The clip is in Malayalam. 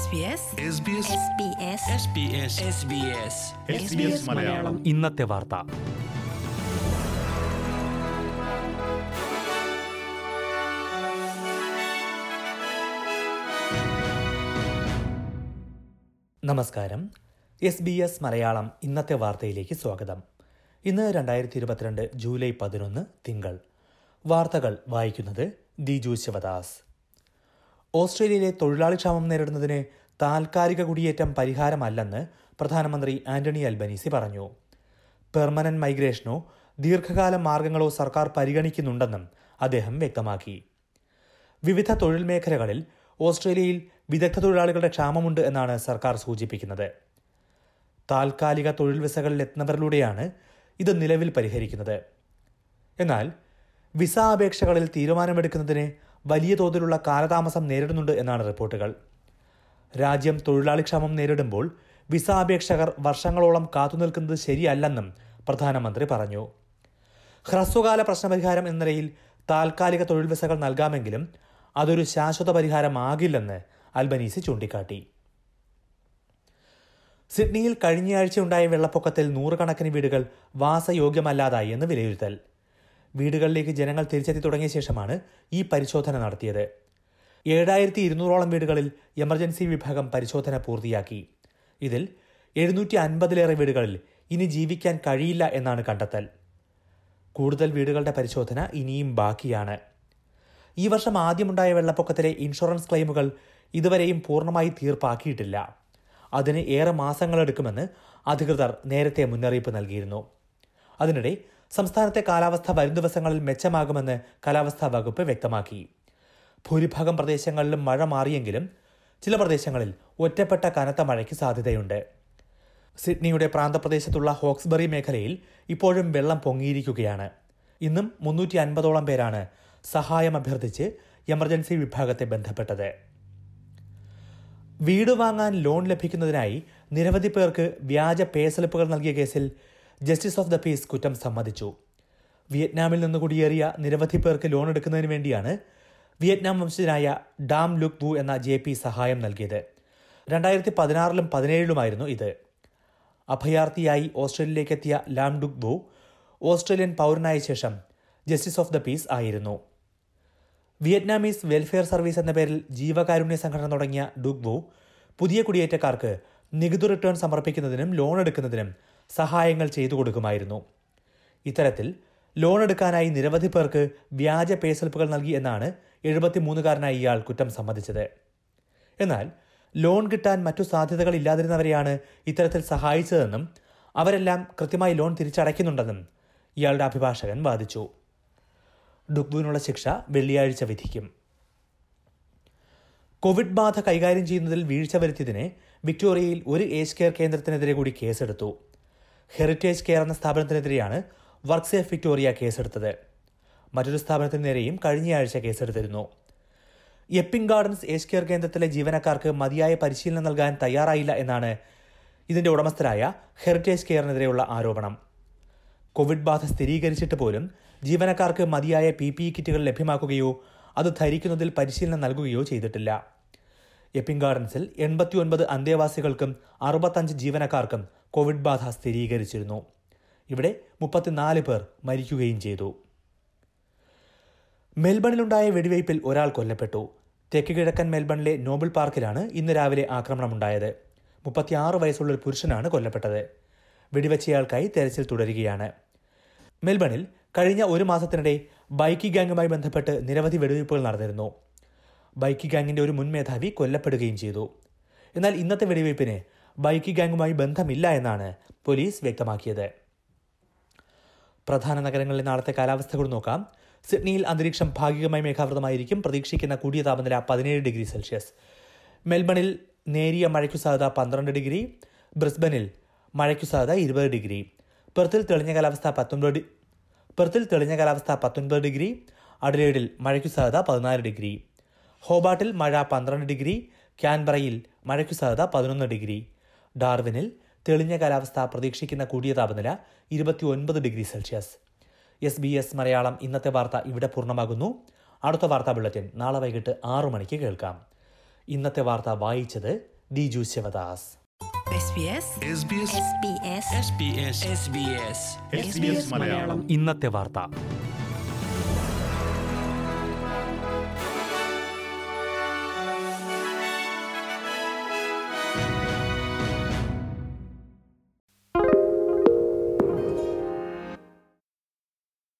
SBS SBS മലയാളം ഇന്നത്തെ വാർത്ത നമസ്കാരം എസ് ബി എസ് മലയാളം ഇന്നത്തെ വാർത്തയിലേക്ക് സ്വാഗതം ഇന്ന് രണ്ടായിരത്തി ഇരുപത്തിരണ്ട് ജൂലൈ പതിനൊന്ന് തിങ്കൾ വാർത്തകൾ വായിക്കുന്നത് ദിജു ശിവദാസ് ഓസ്ട്രേലിയയിലെ തൊഴിലാളി ക്ഷാമം നേരിടുന്നതിന് താൽക്കാലിക കുടിയേറ്റം പരിഹാരമല്ലെന്ന് പ്രധാനമന്ത്രി ആന്റണി അൽബനീസി പറഞ്ഞു പെർമനന്റ് മൈഗ്രേഷനോ ദീർഘകാല മാർഗങ്ങളോ സർക്കാർ പരിഗണിക്കുന്നുണ്ടെന്നും അദ്ദേഹം വ്യക്തമാക്കി വിവിധ തൊഴിൽ മേഖലകളിൽ ഓസ്ട്രേലിയയിൽ വിദഗ്ധ തൊഴിലാളികളുടെ ക്ഷാമമുണ്ട് എന്നാണ് സർക്കാർ സൂചിപ്പിക്കുന്നത് താൽക്കാലിക തൊഴിൽ വിസകളിൽ എത്തുന്നവരിലൂടെയാണ് ഇത് നിലവിൽ പരിഹരിക്കുന്നത് എന്നാൽ വിസ അപേക്ഷകളിൽ തീരുമാനമെടുക്കുന്നതിന് വലിയ തോതിലുള്ള കാലതാമസം നേരിടുന്നുണ്ട് എന്നാണ് റിപ്പോർട്ടുകൾ രാജ്യം തൊഴിലാളിക്ഷാമം നേരിടുമ്പോൾ വിസ അപേക്ഷകർ വർഷങ്ങളോളം കാത്തുനിൽക്കുന്നത് ശരിയല്ലെന്നും പ്രധാനമന്ത്രി പറഞ്ഞു ഹ്രസ്വകാല പ്രശ്നപരിഹാരം എന്ന നിലയിൽ താൽക്കാലിക തൊഴിൽ വിസകൾ നൽകാമെങ്കിലും അതൊരു ശാശ്വത പരിഹാരമാകില്ലെന്ന് അൽബനീസി ചൂണ്ടിക്കാട്ടി സിഡ്നിയിൽ കഴിഞ്ഞയാഴ്ചയുണ്ടായ വെള്ളപ്പൊക്കത്തിൽ നൂറുകണക്കിന് വീടുകൾ വാസയോഗ്യമല്ലാതായി എന്ന് വിലയിരുത്തൽ വീടുകളിലേക്ക് ജനങ്ങൾ തിരിച്ചെത്തി തുടങ്ങിയ ശേഷമാണ് ഈ പരിശോധന നടത്തിയത് ഏഴായിരത്തി ഇരുന്നൂറോളം വീടുകളിൽ എമർജൻസി വിഭാഗം പരിശോധന പൂർത്തിയാക്കി ഇതിൽ എഴുന്നൂറ്റി അൻപതിലേറെ വീടുകളിൽ ഇനി ജീവിക്കാൻ കഴിയില്ല എന്നാണ് കണ്ടെത്തൽ കൂടുതൽ വീടുകളുടെ പരിശോധന ഇനിയും ബാക്കിയാണ് ഈ വർഷം ആദ്യമുണ്ടായ വെള്ളപ്പൊക്കത്തിലെ ഇൻഷുറൻസ് ക്ലെയിമുകൾ ഇതുവരെയും പൂർണ്ണമായി തീർപ്പാക്കിയിട്ടില്ല അതിന് ഏറെ മാസങ്ങളെടുക്കുമെന്ന് അധികൃതർ നേരത്തെ മുന്നറിയിപ്പ് നൽകിയിരുന്നു അതിനിടെ സംസ്ഥാനത്തെ കാലാവസ്ഥ വരും ദിവസങ്ങളിൽ മെച്ചമാകുമെന്ന് കാലാവസ്ഥാ വകുപ്പ് വ്യക്തമാക്കി ഭൂരിഭാഗം പ്രദേശങ്ങളിലും മഴ മാറിയെങ്കിലും ചില പ്രദേശങ്ങളിൽ ഒറ്റപ്പെട്ട കനത്ത മഴയ്ക്ക് സാധ്യതയുണ്ട് സിഡ്നിയുടെ പ്രാന്തപ്രദേശത്തുള്ള ഹോക്സ്ബറി മേഖലയിൽ ഇപ്പോഴും വെള്ളം പൊങ്ങിയിരിക്കുകയാണ് ഇന്നും മുന്നൂറ്റി അൻപതോളം പേരാണ് സഹായം അഭ്യർത്ഥിച്ച് എമർജൻസി വിഭാഗത്തെ ബന്ധപ്പെട്ടത് വീട് വാങ്ങാൻ ലോൺ ലഭിക്കുന്നതിനായി നിരവധി പേർക്ക് വ്യാജ പേ സ്ലിപ്പുകൾ നൽകിയ കേസിൽ ജസ്റ്റിസ് ഓഫ് ദ പീസ് കുറ്റം സമ്മതിച്ചു വിയറ്റ്നാമിൽ നിന്ന് കുടിയേറിയ നിരവധി പേർക്ക് ലോൺ എടുക്കുന്നതിന് വേണ്ടിയാണ് വിയറ്റ്നാം വംശജനായ ഡാം ലുക് വു എന്ന ജെ പി സഹായം നൽകിയത് രണ്ടായിരത്തി പതിനാറിലും പതിനേഴിലുമായിരുന്നു ഇത് അഭയാർത്ഥിയായി ഓസ്ട്രേലിയയിലേക്കെത്തിയ ലാം ഡുക് വു ഓസ്ട്രേലിയൻ പൗരനായ ശേഷം ജസ്റ്റിസ് ഓഫ് ദ പീസ് ആയിരുന്നു വിയറ്റ്നാമീസ് വെൽഫെയർ സർവീസ് എന്ന പേരിൽ ജീവകാരുണ്യ സംഘടന തുടങ്ങിയ ഡുഗ്ബു പുതിയ കുടിയേറ്റക്കാർക്ക് നികുതി റിട്ടേൺ സമർപ്പിക്കുന്നതിനും ലോൺ എടുക്കുന്നതിനും സഹായങ്ങൾ ചെയ്തു കൊടുക്കുമായിരുന്നു ഇത്തരത്തിൽ ലോൺ എടുക്കാനായി നിരവധി പേർക്ക് വ്യാജ പേസൽപ്പുകൾ നൽകി എന്നാണ് എഴുപത്തിമൂന്നുകാരനായ ഇയാൾ കുറ്റം സമ്മതിച്ചത് എന്നാൽ ലോൺ കിട്ടാൻ മറ്റു സാധ്യതകൾ ഇല്ലാതിരുന്നവരെയാണ് ഇത്തരത്തിൽ സഹായിച്ചതെന്നും അവരെല്ലാം കൃത്യമായി ലോൺ തിരിച്ചടയ്ക്കുന്നുണ്ടെന്നും ഇയാളുടെ അഭിഭാഷകൻ വാദിച്ചു ഡുക്ബുവിനുള്ള ശിക്ഷ വെള്ളിയാഴ്ച വിധിക്കും കോവിഡ് ബാധ കൈകാര്യം ചെയ്യുന്നതിൽ വീഴ്ച വരുത്തിയതിന് വിക്ടോറിയയിൽ ഒരു ഏജ് കെയർ കേന്ദ്രത്തിനെതിരെ കൂടി കേസെടുത്തു ഹെറിറ്റേജ് കെയർ എന്ന സ്ഥാപനത്തിനെതിരെയാണ് വർക്ക് സേഫ് വിക്ടോറിയ കേസെടുത്തത് മറ്റൊരു സ്ഥാപനത്തിന് നേരെയും കഴിഞ്ഞയാഴ്ച കേസെടുത്തിരുന്നു എപ്പിംഗ് ഗാർഡൻസ് ഏജ് കെയർ കേന്ദ്രത്തിലെ ജീവനക്കാർക്ക് മതിയായ പരിശീലനം നൽകാൻ തയ്യാറായില്ല എന്നാണ് ഇതിന്റെ ഉടമസ്ഥരായ ഹെറിറ്റേജ് കെയറിനെതിരെയുള്ള ആരോപണം കോവിഡ് ബാധ സ്ഥിരീകരിച്ചിട്ട് പോലും ജീവനക്കാർക്ക് മതിയായ പി പി ഇ കിറ്റുകൾ ലഭ്യമാക്കുകയോ അത് ധരിക്കുന്നതിൽ പരിശീലനം നൽകുകയോ ചെയ്തിട്ടില്ല എപ്പിംഗ് ഗാർഡൻസിൽ എൺപത്തിയൊൻപത് അന്തേവാസികൾക്കും അറുപത്തഞ്ച് ജീവനക്കാർക്കും കോവിഡ് ബാധ സ്ഥിരീകരിച്ചിരുന്നു ഇവിടെ മുപ്പത്തിനാല് പേർ മരിക്കുകയും ചെയ്തു മെൽബണിലുണ്ടായ വെടിവയ്പിൽ ഒരാൾ കൊല്ലപ്പെട്ടു തെക്ക് കിഴക്കൻ മെൽബണിലെ നോബിൾ പാർക്കിലാണ് ഇന്ന് രാവിലെ ആക്രമണമുണ്ടായത് മുപ്പത്തിയാറ് വയസ്സുള്ള ഒരു പുരുഷനാണ് കൊല്ലപ്പെട്ടത് വെടിവെച്ചയാൾക്കായി തെരച്ചിൽ തുടരുകയാണ് മെൽബണിൽ കഴിഞ്ഞ ഒരു മാസത്തിനിടെ ബൈക്കി ഗാങ്ങുമായി ബന്ധപ്പെട്ട് നിരവധി വെടിവയ്പ്പുകൾ നടന്നിരുന്നു ബൈക്കി ഗാങ്ങിന്റെ ഒരു മുൻ മേധാവി കൊല്ലപ്പെടുകയും ചെയ്തു എന്നാൽ ഇന്നത്തെ വെടിവയ്പ്പിന് ബൈക്കി ഗാങ്ങുമായി ബന്ധമില്ല എന്നാണ് പോലീസ് വ്യക്തമാക്കിയത് പ്രധാന നഗരങ്ങളിലെ നാളത്തെ കാലാവസ്ഥ കൂടി നോക്കാം സിഡ്നിയിൽ അന്തരീക്ഷം ഭാഗികമായി മേഘാവൃതമായിരിക്കും പ്രതീക്ഷിക്കുന്ന കൂടിയ താപനില പതിനേഴ് ഡിഗ്രി സെൽഷ്യസ് മെൽബണിൽ നേരിയ മഴയ്ക്കു സാധ്യത പന്ത്രണ്ട് ഡിഗ്രി ബ്രിസ്ബനിൽ മഴയ്ക്കു സാധ്യത ഇരുപത് ഡിഗ്രി പെർത്തിൽ തെളിഞ്ഞ കാലാവസ്ഥ പത്തൊൻപത് പെർത്തിൽ തെളിഞ്ഞ കാലാവസ്ഥ പത്തൊൻപത് ഡിഗ്രി അഡലേഡിൽ മഴയ്ക്കു സാധ്യത പതിനാല് ഡിഗ്രി ഹോബാട്ടിൽ മഴ പന്ത്രണ്ട് ഡിഗ്രി ക്യാൻബറയിൽ മഴയ്ക്കു സാധ്യത പതിനൊന്ന് ഡിഗ്രി ഡാർവിനിൽ തെളിഞ്ഞ കാലാവസ്ഥ പ്രതീക്ഷിക്കുന്ന കൂടിയ താപനില ഇരുപത്തിയൊൻപത് degree Celsius S B S Malayalam ഇന്നത്തെ വാർത്ത ഇവിടെ പൂർണ്ണമാകുന്നു അടുത്ത വാർത്താ ബുള്ളറ്റിൻ നാളെ വൈകിട്ട് ആറു മണിക്ക് കേൾക്കാം ഇന്നത്തെ വാർത്ത വായിച്ചത് Diju Sivadas SBS SBS SBS SBS SBS SBS Malayalam ഇന്നത്തെ വാർത്ത